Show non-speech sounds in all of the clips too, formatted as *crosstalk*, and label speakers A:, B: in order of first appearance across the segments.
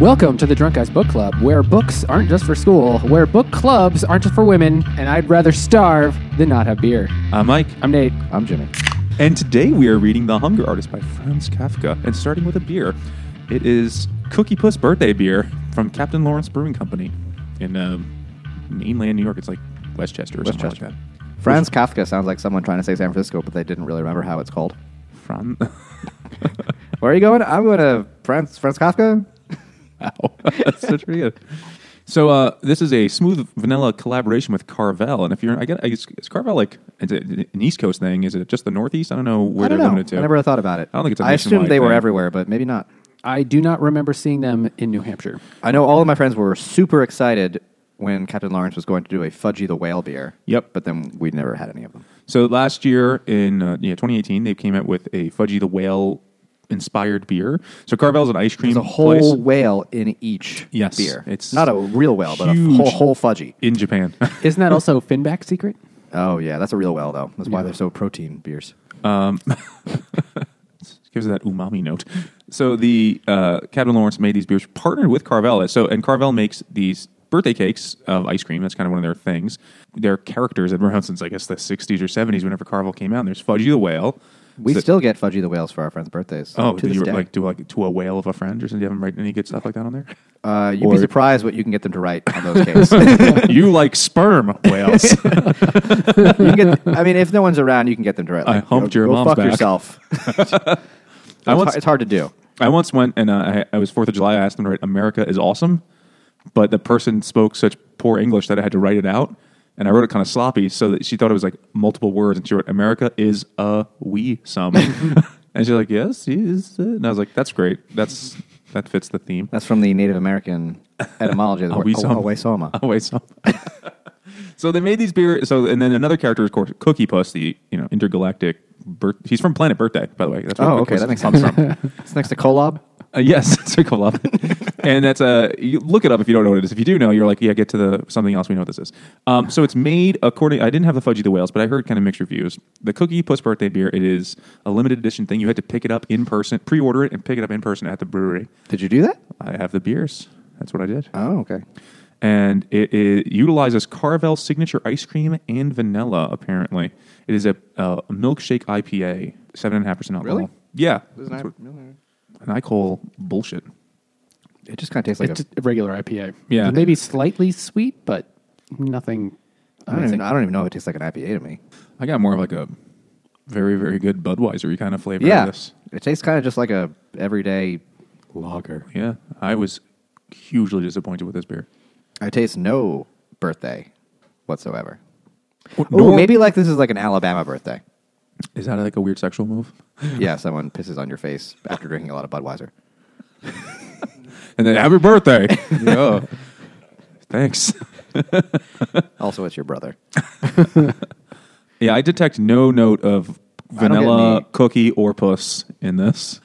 A: Welcome to the Drunk Guys Book Club, where books aren't just for school, where book clubs aren't just for women, and I'd rather starve than not have beer.
B: I'm Uh, Mike.
A: I'm Nate.
C: I'm Jimmy.
B: And today we are reading The Hunger Artist by Franz Kafka and starting with a beer. It is Cookie Puss Birthday Beer from Captain Lawrence Brewing Company in um, mainland New York. It's like Westchester or something
C: Westchester.
B: like that.
C: Franz Kafka sounds like someone trying to say San Francisco, but they didn't really remember how it's called.
B: Fran. *laughs*
C: Where are you going? I'm going to Franz, Franz Kafka.
B: Ow. That's such pretty good. So uh, this is a smooth vanilla collaboration with Carvel, and if you're, I guess, I guess is Carvel like it's a, an East Coast thing? Is it just the Northeast? I don't know where
C: I don't
B: they're
C: know.
B: limited to.
C: I never thought about it.
B: I don't think it's a
C: I assumed
B: nationwide
C: they were
B: thing.
C: everywhere, but maybe not.
A: I do not remember seeing them in New Hampshire.
C: I know all of my friends were super excited when Captain Lawrence was going to do a Fudgy the Whale beer.
B: Yep.
C: But then we never had any of them.
B: So last year in uh, yeah 2018, they came out with a Fudgy the Whale inspired beer. So Carvel's an ice cream
C: There's a whole
B: place
C: whale in each
B: Yes.
C: beer.
B: It's
C: not a real whale, but a
B: huge.
C: whole, whole Fudgy.
B: in Japan. *laughs*
A: Isn't that also Finback's secret?
C: Oh, yeah. That's a real whale, though. That's why they're so protein beers.
B: Gives it that umami note. So the uh, Captain Lawrence made these beers partnered with Carvel. So and Carvel makes these birthday cakes of ice cream. That's kind of one of their things. Their characters have been around since I guess the 60s or 70s. Whenever Carvel came out, and there's Fudgy the Whale.
C: We
B: So-
C: still get Fudgy the Whales for our friends' birthdays.
B: Oh,
C: to
B: did
C: this
B: you
C: day.
B: like do like to a whale of a friend or something? Do you have them write any good stuff like that on there? *laughs*
C: Uh, you'd
B: Or-
C: be surprised what you can get them to write
B: *laughs*
C: on those cases. you
B: you like sperm whales.
C: can get, I mean, if no one's around, you can get them to write.
B: I
C: like,
B: humped
C: you know,
B: your
C: go
B: mom's
C: fuck
B: back. *laughs*
C: yourself.
B: I
C: it's,
B: once-
C: hard, it's hard to do.
B: I once went and uh, I, I was Fourth of July. I asked them to write "America is awesome," but the person spoke such poor English that I had to write it out, and I wrote it kind of sloppy, so that she thought it was like multiple words, and she wrote "America is a we
C: *laughs*
B: some," and she's like, "Yes, he is," uh," and I was like, "That's great. That's that fits the theme."
C: That's from the Native American etymology. of
B: *laughs*
C: the
B: A
C: word,
B: wee
C: oh,
B: some.
C: a wee soma.
B: Oh wait, so *laughs* so they made these beer. So and then another character, of course, Cookie Puss, the you know intergalactic. Birth, he's from Planet Birthday, by the way. That's where
C: Oh,
B: Cookie
C: okay,
B: Puss
C: that makes
B: comes
C: sense.
B: From.
C: *laughs* it's next to Kolob.
B: Uh, yes, *laughs* Circle Love. and that's a you look it up if you don't know what it is. If you do know, you're like, yeah, get to the something else. We know what this is. Um, so it's made according. I didn't have the Fudgy the Whales, but I heard kind of mixed reviews. The Cookie Puss Birthday Beer. It is a limited edition thing. You had to pick it up in person, pre-order it, and pick it up in person at the brewery.
C: Did you do that?
B: I have the beers. That's what I did.
C: Oh, okay.
B: And it, it utilizes Carvel signature ice cream and vanilla. Apparently, it is a uh, milkshake IPA, seven and a half percent alcohol.
C: Really?
B: Yeah.
C: Isn't
B: That's
C: that-
B: what- and I call bullshit.
C: It just kind of tastes like
A: It's
C: a.
A: a regular IPA.
B: Yeah.
A: Maybe slightly sweet, but nothing.
C: I don't, even, I don't even know if it tastes like an IPA to me.
B: I got more of like a very, very good Budweiser kind of flavor out
C: Yeah,
B: of this.
C: it tastes kind of just like a everyday lager.
B: Yeah. I was hugely disappointed with this beer.
C: I taste no birthday whatsoever.
B: Nor-
C: Oh, maybe like this is like an Alabama birthday.
B: Is that like a weird sexual move?
C: yeah, someone pisses on your face after drinking a lot of Budweiser.
B: And then happy
C: *laughs*
B: birthday. yeah. Thanks.
C: Also, it's your *laughs* brother.
B: Yeah, I detect no note of
C: don't get
B: vanilla,
C: any-
B: cookie, or puss in this.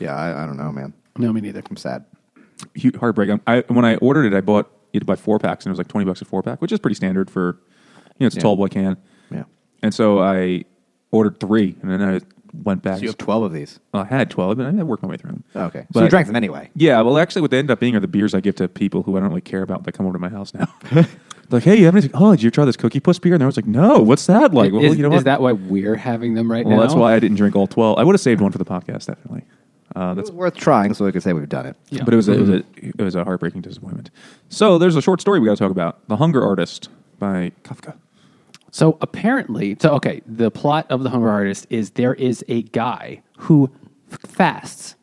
C: Yeah, I, I don't know, man.
A: No, me neither.
C: I'm sad.
B: Hu- Heartbreak. I'm- I, when I ordered it, I bought it by four packs, and it was like twenty bucks a four pack, which is pretty standard for you know it's a
C: Yeah.
B: tall boy can.
C: Yeah.
B: And so I ordered three, and then I went back.
C: So you have 12 of these.
B: I had twelve, and I worked my way through them.
C: Oh, okay. so
B: But-
C: you drank them anyway.
B: Yeah, well, actually, what they end up being are the beers I give to people who I don't really care about that come over to my house now. *laughs* They're like, hey, you have any? Oh, did you try this Cookie Puss beer? And I was like, no, what's that like? well,
A: is,
B: you know
A: is
B: what?
A: that why we're having them right
B: well,
A: now?
B: that's why I didn't drink all twelve. I would have saved one for the podcast, definitely. Uh, that's,
C: It's worth trying so we could say we've done it.
A: Yeah.
B: but it was a, it was a it was a heartbreaking disappointment. So there's a short story we got to talk about: "The Hunger Artist" by Kafka.
A: So apparently, so okay, the plot of The Hunger Artist is there is a guy who f- fasts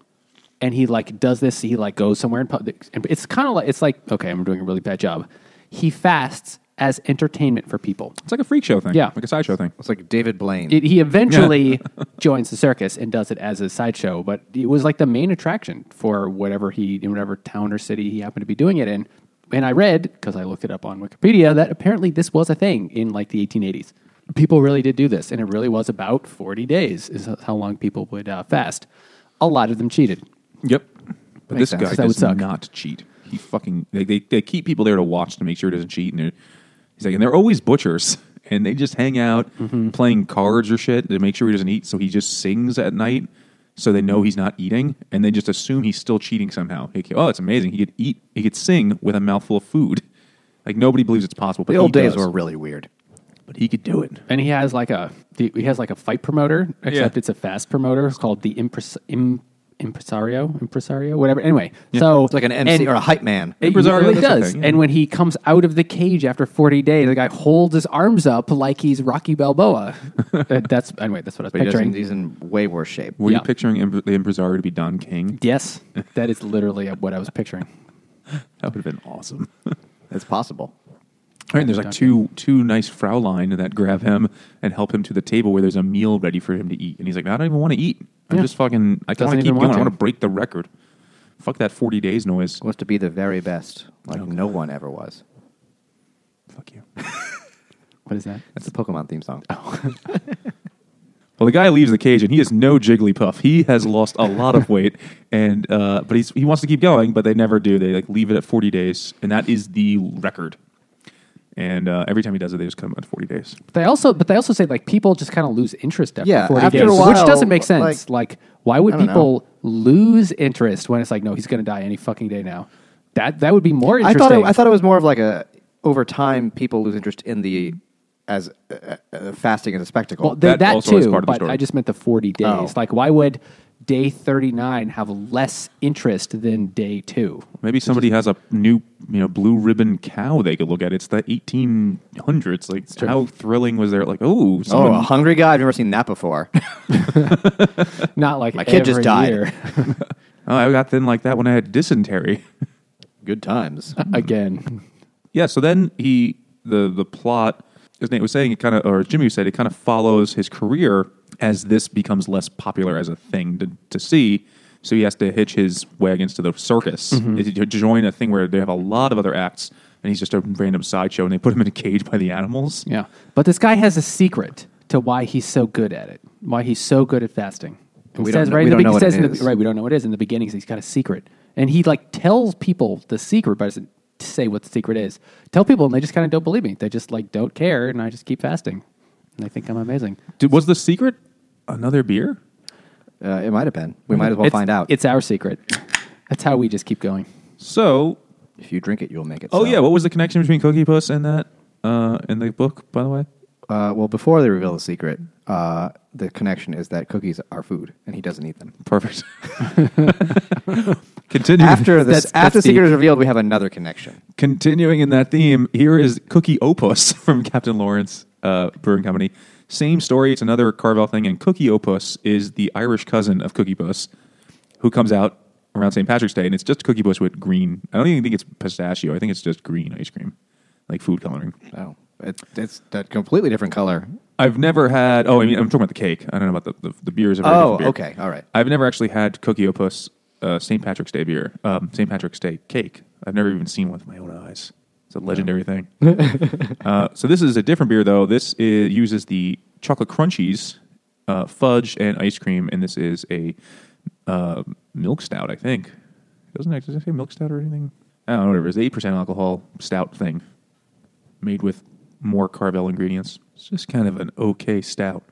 A: and he like does this, he like goes somewhere in public. and It's kind of like, it's like, okay, I'm doing a really bad job. He fasts as entertainment for people.
B: It's like a freak show thing,
A: Yeah.
B: like a sideshow thing.
C: It's like David Blaine.
A: It, he eventually *laughs* joins the circus and does it as a sideshow, but it was like the main attraction for whatever he, in whatever town or city he happened to be doing it in. And I read, because I looked it up on Wikipedia, that apparently this was a thing in like the 1880s. People really did do this, and it really was about 40 days, is how long people would uh, fast. A lot of them cheated.
B: Yep. But
C: Makes
B: this
C: sense.
B: guy
A: That would
B: does
A: suck.
B: not cheat. He fucking they, they they keep people there to watch to make sure he doesn't cheat. And they're- he's like, and they're always butchers, *laughs* and they just hang out playing cards or shit to make sure he doesn't eat. So he just sings at night. so they know he's not eating, and they just assume he's still cheating somehow. Like, oh, it's amazing. He could eat. He could sing with a mouthful of food. *laughs* Like nobody believes it's possible. But
C: The old
B: he
C: days
B: does.
C: were really weird.
B: but he could do it.
A: And he has like a he has like a fight promoter, except it's a fast promoter It's called the impres, Im, impresario, impresario, whatever. Anyway, so
C: It's like an MC or a hype man.
A: It
B: Impresario,
A: really
B: that's the
A: does.
B: thing, yeah.
A: And when he comes out of the cage after 40 days, the guy holds his arms up like he's Rocky
C: *laughs*
A: Balboa. Uh, that's anyway. That's what I was
C: But he does-
A: picturing.
C: he's in way worse shape.
B: Were
A: Yeah.
B: you picturing Im- the impresario to be Don King?
A: Yes, that is literally what I was picturing.
B: That would have been awesome.
C: It's possible.
B: All right, and there's like two two nice Fraulein that grab him and help him to the table where there's a meal ready for him to eat, and he's like, "I don't even want to eat. I'm
A: Yeah.
B: just fucking. I
A: Doesn't
B: want to keep
A: even
B: going.
A: want
B: I
A: to.
B: want to break the record. Fuck that 40 days noise.
C: Wants to be the very best, like no one ever was.
B: Fuck you."
A: What is that?
C: That's the Pokemon theme song.
B: *laughs* Well, the guy leaves the cage and he is no Jigglypuff. He has lost a lot of weight, *laughs* and uh, but he's, he wants to keep going, but they never do. They like leave it at 40 days, and that is the record. And uh, every time he does it, they just come at 40 days.
A: They also, but they also say like people just kind of lose interest after
C: Yeah,
A: 40
C: after
A: days,
C: a while,
A: which doesn't make sense. Like, why would
C: I don't
A: people lose interest when it's like, no, he's going to die any fucking day now? That that would be more
C: I
A: interesting.
C: thought it, I thought it was more of like a over time people lose interest in the as uh, uh, fasting as a spectacle.
A: well, th- that,
B: that also is
A: too,
B: part of the
A: but
B: story.
A: I just meant the 40 days.
C: Oh.
A: Like, why would day 39 have less interest than day
C: *laughs*
A: two?
B: Maybe somebody has a new, you know, blue ribbon cow they could look at. It's the 1800s. Like, how thrilling was there? Like, oh,
C: oh,
B: someone,
C: a hungry guy! I've never seen that before.
A: Not like
C: My kid just
A: every
C: died. *laughs*
A: year.
B: oh, I got thin like that when I had dysentery.
C: *laughs*
B: *laughs*
C: Good times.
A: again.
B: yeah. So then he, the the plot, as Nate was saying, it kind of, or Jimmy said, it kind of follows his career as this becomes less popular as a thing to, to see. So he has to hitch his wagons to the circus to join a thing where they have a lot of other acts, and he's just a random sideshow, and they put him in a cage by the animals.
A: Yeah. But this guy has a secret to why he's so good at it, why he's so good at fasting. He
C: We don't
A: says
C: kn-
A: right
C: we
A: in the
C: don't
A: be-
C: know
A: he
C: what
A: says in
C: it
A: the-
C: is.
A: Right, we don't know what it is. In the beginning, he's got a secret. And he like tells people the secret, but doesn't say what the secret is. Tell people, and they just kind of don't believe me. They just like don't care, and I just keep fasting. And they think I'm amazing.
B: Did, was the secret another beer?
C: Uh, it might have been. We might as well
A: It's-
C: find out.
A: It's our secret. That's how we just keep going.
B: So,
C: if you drink it, you'll make it.
B: oh
C: so.
B: yeah, what was the connection between Cookie Puss and that uh, in the book? By the way,
C: Uh, well, before they reveal the secret, uh, the connection is that cookies are food, and he doesn't eat them.
B: perfect. continuing
C: After this,
A: That's-
C: after
A: that's
C: the secret is revealed, we have another connection.
B: continuing in that theme, here is Cookie Opus *laughs* from Captain Lawrence uh, Brewing Company. Same story. It's another Carvel thing, and Cookie Opus is the Irish cousin of Cookie Puss, who comes out around St. Patrick's Day, and it's just Cookie Puss with green. I don't even think it's pistachio. I think it's just green ice cream, like food coloring.
C: Oh, it's it's a completely different color.
B: I've never had. Oh, I mean, I'm talking about the cake. I don't know about the the, the beers. I've had a
C: Oh,
B: different beer.
C: okay, all right.
B: I've never actually had Cookie Opus uh, St. Patrick's Day beer, um, St. Patrick's Day cake. I've never even seen one with my own eyes. It's a legendary
C: *laughs*
B: thing. uh, so this is a different beer though. This is, uses the chocolate crunchies, uh, fudge, and ice cream, and this is a uh, milk stout. I think doesn't it, does it say milk stout or anything? I don't know. Whatever. It's eight percent alcohol stout thing made with more Carvel ingredients. It's just kind of an okay stout.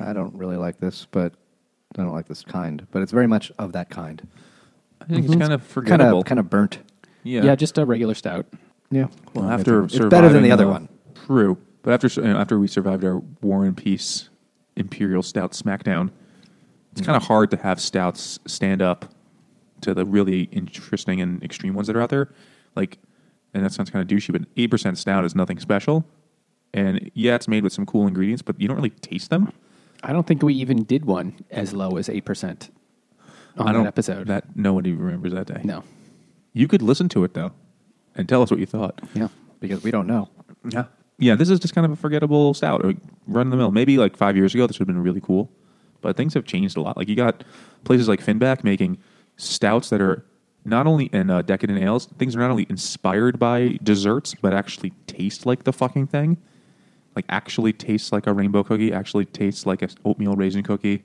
C: I don't really like this, but I don't like this kind. But it's very much of that kind.
B: I think it's kind of
C: Kind
B: forgettable.
C: of kind of burnt.
B: yeah.
A: yeah just a regular stout.
C: Yeah.
B: Well, after
C: it's better than the
B: surviving
C: other one.
B: True, but after you know, after we survived our War and Peace Imperial Stout Smackdown, it's
C: Mm.
B: kind of hard to have stouts stand up to the really interesting and extreme ones that are out there. Like, and that sounds kind of douchey, but eight percent stout is nothing special. And yeah, it's made with some cool ingredients, but you don't really taste them.
A: I don't think we even did one as low as 8% on
B: I don't
A: that episode.
B: That nobody remembers that day.
A: no.
B: you could listen to it though, and tell us what you thought.
A: Yeah.
C: Because we don't know.
B: Yeah. Yeah, this is just kind of a forgettable stout, like, run of the mill. Maybe like five years ago, this would have been really cool, but things have changed a lot. Like you got places like Finback making stouts that are not only in uh, decadent ales, things that are not only inspired by desserts, but actually taste like the fucking thing. Like actually tastes like a rainbow cookie, actually tastes like a oatmeal raisin cookie,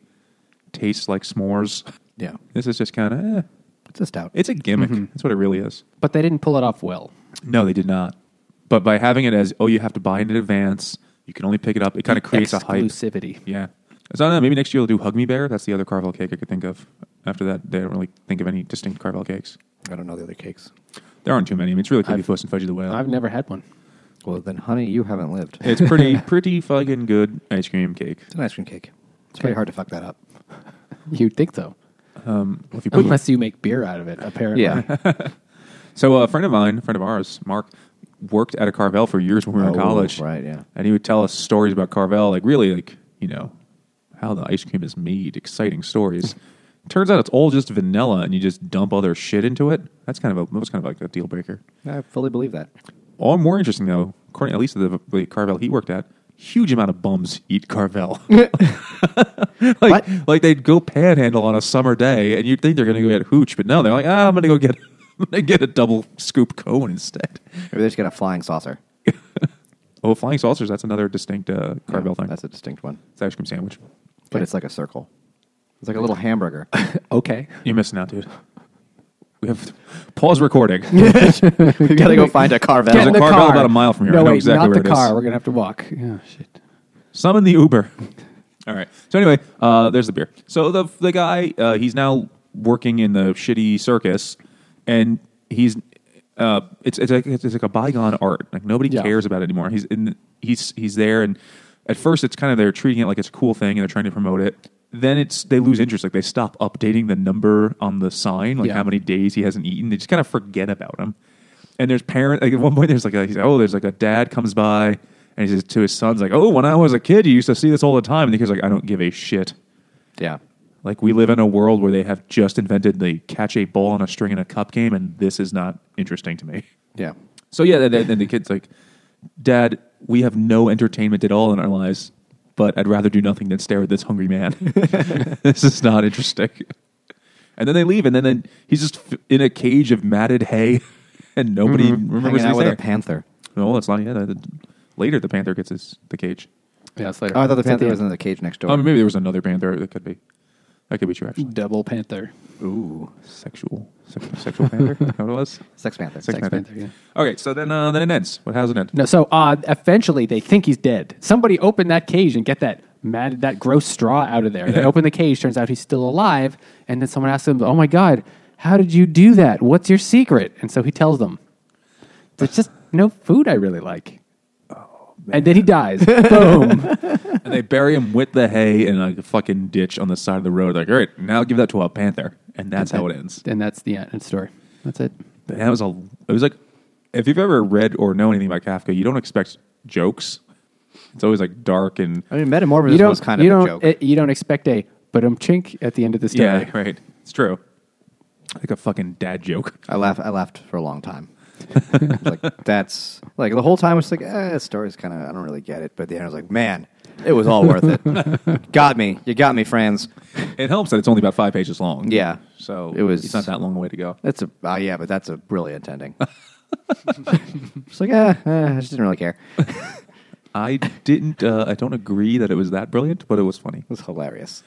B: tastes like s'mores.
C: Yeah.
B: This is just kind of, eh.
C: It's a stout.
B: it's a gimmick. That's what it really is.
A: But they didn't pull it off well.
B: No, they did not. But by having it as oh, you have to buy it in advance, you can only pick it up. It kind of creates a hype.
A: exclusivity.
B: Yeah, So I don't know. Maybe next year we'll do Hug Me Bear. That's the other Carvel cake I could think of. After that, they don't really think of any distinct Carvel cakes.
C: I don't know the other cakes.
B: There aren't too many. I mean, it's really creepy puss and fudgy the whale.
A: I've never had one.
C: Well, then, honey, you haven't lived. It's
B: it's pretty, pretty fucking good ice cream cake.
C: an ice cream cake. It's pretty hard to fuck that up.
A: You'd think so.
B: If you put
A: Unless you make beer out of it, apparently.
C: Yeah.
B: So uh, a friend of mine, a friend of ours, Mark, worked at a Carvel for years when we were in
C: Oh,
B: college.
C: right, yeah.
B: And he would tell us stories about Carvel, like really, like you know, how the ice cream is made, exciting
C: *laughs*
B: stories. Turns out it's all just vanilla, and you just dump other shit into it. That's kind of a that was kind of like a deal breaker.
C: I fully believe that.
B: All more interesting though, according at least to the, the Carvel he worked at, huge amount of bums eat
C: *laughs*
B: Carvel. *laughs* like
C: What?
B: like they'd go panhandle on a summer day, and you'd think they're going to go get hooch, but no, they're like, ah, I'm going to go get *laughs* I'm going to get a double scoop Cohen instead.
C: Maybe they just get a flying saucer.
B: Oh, flying saucers. That's another distinct uh, Carvel thing.
C: That's a distinct one.
B: it's ice cream sandwich.
C: But it's like a circle. It's like a little hamburger. *laughs*
A: Okay.
B: You're missing out, dude. We have pause
C: *laughs*
B: recording.
C: you gotta go find a Carvel.
B: There's
A: Get
B: a
A: in the
B: Carvel
A: car.
B: about a mile from here.
A: No,
B: I know
A: wait,
B: exactly
A: not
B: where
A: the
B: it is.
A: car. We're going to have to walk. Oh, shit.
B: Summon the Uber. All right. So anyway, uh, there's the beer. So the the guy, uh, he's now working in the shitty circus, and he's uh, it's it's like, it's like a bygone art. Like nobody
A: Yeah.
B: cares about it anymore. He's in he's he's there, and at first it's kind of they're treating it like it's a cool thing, and they're trying to promote it. Then it's they lose interest. Like they stop updating the number on the sign, like
A: Yeah.
B: how many days he hasn't eaten. They just kind of forget about him. And there's parent like at one point there's like a, he's like, oh there's like a dad comes by and he says to his son's like oh when I was a kid you used to see this all the time and the kid's like I don't give a shit.
C: yeah.
B: Like we live in a world where they have just invented the catch a ball on a string in a cup game and this is not interesting to me.
C: Yeah.
B: So yeah, then, then the kid's like, Dad, we have no entertainment at all in our lives, but I'd rather do nothing than stare at this hungry man. *laughs* this is not interesting. And then they leave, and then, then he's just f- in a cage of matted hay, *laughs* and nobody remembers
C: Mm-hmm. Hanging out
B: he's
C: with
B: there.
C: a panther.
B: no, that's not yet. Uh, the- Later, the panther gets his the cage.
A: Yeah, it's later.
C: Oh, I thought the
A: It's at
C: panther
A: end.
C: was in the cage next door.
B: Oh, maybe there was another panther. That could be. That could be true. Actually,
A: Double Panther.
C: Ooh.
B: sexual, sexual, sexual
C: *laughs*
B: panther. Is that what it was?
C: Sex panther.
B: Sex,
A: Panther,
B: panther. Okay, so then uh, then it ends. What how's it end?
A: No, so uh, eventually they think he's dead. Somebody open that cage and get that mad, that gross straw out of there. They
B: Yeah.
A: open the cage, turns out he's still alive, and then someone asks him, "Oh my god, how did you do that? What's your secret?" And so he tells them, "There's just no food I really like."
C: Oh,
A: And then he dies. *laughs*
C: *laughs*
A: Boom.
B: and they bury him with the hay in a fucking ditch on the side of the road. Like, all right, now give that to a panther, and that's how it ends.
A: And that's the end of the story. That's it.
B: But that was a. It was like, if you've ever read or know anything about Kafka, you don't expect jokes. It's always like dark and
C: I mean, Metamorphosis
A: You don't.
C: was kind
A: you
C: of a
A: don't.
C: joke.
A: it- you don't expect a but um chink at the end of the story.
B: yeah, *laughs* right. It's true. Like a fucking dad joke.
C: I laughed. I laughed for a long time. like that's like the whole time I was like, eh, this story's kind of I don't really get it. But at the end I was like, man, it was all worth it. got me. You got me, friends.
B: It helps that it's only about five pages long.
C: Yeah.
B: so
C: It was-
B: It's not that long a way to go.
C: That's a uh, yeah, but that's a brilliant ending. *laughs* It's like, eh, eh, I just didn't really care. It
B: I didn't. Uh, I don't agree that it was that brilliant, but it was funny.
C: was hilarious.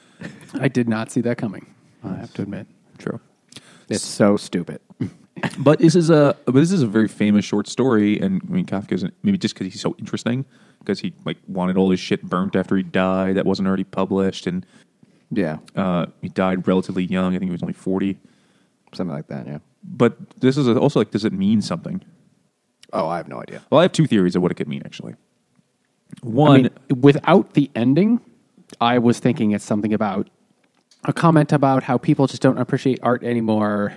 A: I did not see that coming. I have to admit.
B: True.
C: It's so stupid.
B: But this is a but this is a very famous short story, and I mean Kafka's maybe just because he's so interesting, because he like wanted all his shit burnt after he died that wasn't already published, and
C: Yeah,
B: uh, he died relatively young. I think he was only forty.
C: something like that. Yeah.
B: But this is also like, does it mean something?
C: Oh, I have no idea.
B: Well, I have two theories of what it could mean actually.
A: I
B: One,
A: mean, without the ending, I was thinking it's something about a comment about how people just don't appreciate art anymore.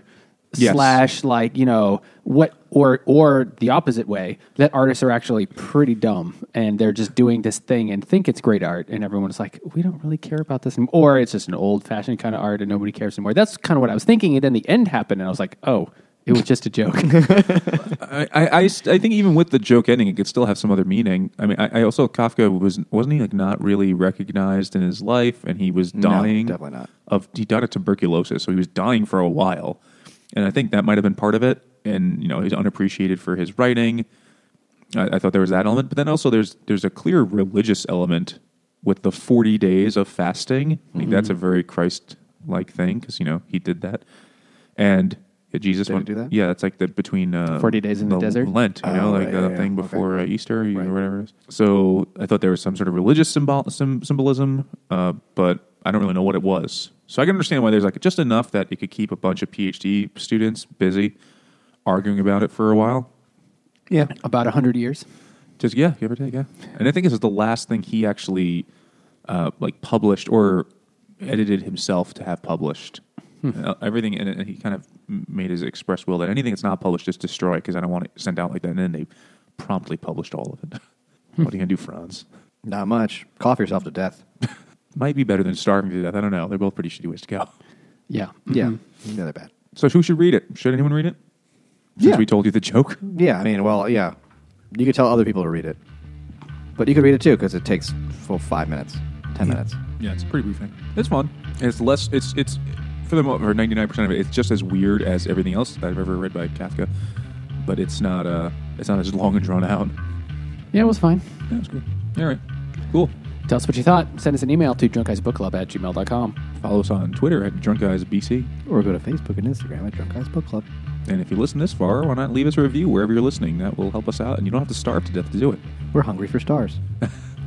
B: Yes.
A: Slash, like you know what, or or the opposite way that artists are actually pretty dumb and they're just doing this thing and think it's great art, and everyone's like, we don't really care about this, anymore. or it's just an old fashioned kind of art and nobody cares anymore. That's kind of what I was thinking, and then the end happened, and I was like, oh, it was just a joke. *laughs*
B: I, I, I, st- I think even with the joke ending, it could still have some other meaning. I mean, I, I also Kafka was wasn't he like not really recognized in his life, and he was dying.
C: definitely not.
B: Of he died of tuberculosis, so he was dying for a while, and I think that might have been part of it. And you know, he's unappreciated for his writing. I, I thought there was that element, but then also there's there's a clear religious element with the 40 days of
C: Mm-hmm.
B: fasting. I think that's a very Christ-like thing because you know he did that, and Yeah, Jesus
C: They
B: went.
C: do that?
B: Yeah, it's like the between uh,
A: 40 days in the desert?
B: Lent, you know,
C: Oh,
B: like
C: right,
B: the
C: yeah, yeah.
B: thing
C: Okay.
B: before uh, Easter or whatever it is. So I thought there was some sort of religious symbol sim- symbolism, uh, but I don't really know what it was. So I can understand why there's like just enough that it could keep a bunch of PhD students busy arguing about it for a while.
C: Yeah.
A: About 100 years.
B: Just yeah, give or take, yeah. And I think this is the last thing he actually uh, like published or edited himself to have published. Uh, everything and it- he kind of m- made his express will that anything that's not published just destroy because I don't want it sent out like that. And then they promptly published all of it. what are you gonna do, Franz?
C: Not much. Cough yourself to death.
B: Might be better than starving to death. I don't know. They're both pretty shitty ways to go.
A: Yeah.
C: Yeah.
A: Mhm.
C: No, they're bad.
B: So who should read it? Should anyone read it? Since
C: Yeah.
B: we told you the joke.
C: Yeah, I mean, well, yeah. You could tell other people to read it. But you could read it too because it takes full five minutes, ten minutes.
B: Yeah, it's a pretty brief thing. It's fun. And it's less. It's it's for the mo for ninety nine percent of it. It's just as weird as everything else that I've ever read by Kafka, but it's not. Uh, it's not as long and drawn out.
A: Yeah, it was fine.
B: Yeah, it's good. All right, cool.
A: Tell us what you thought. Send us an email to drunkeyesbookclub at gmail.com.
B: Follow us on Twitter at Drunk Guys BC.
C: Or go to Facebook and Instagram at Drunk Guys Book Club.
B: And if you listen this far, why not leave us a review wherever you're listening? That will help us out, and you don't have to starve to death to do it.
C: We're hungry for stars.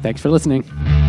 A: Thanks for listening.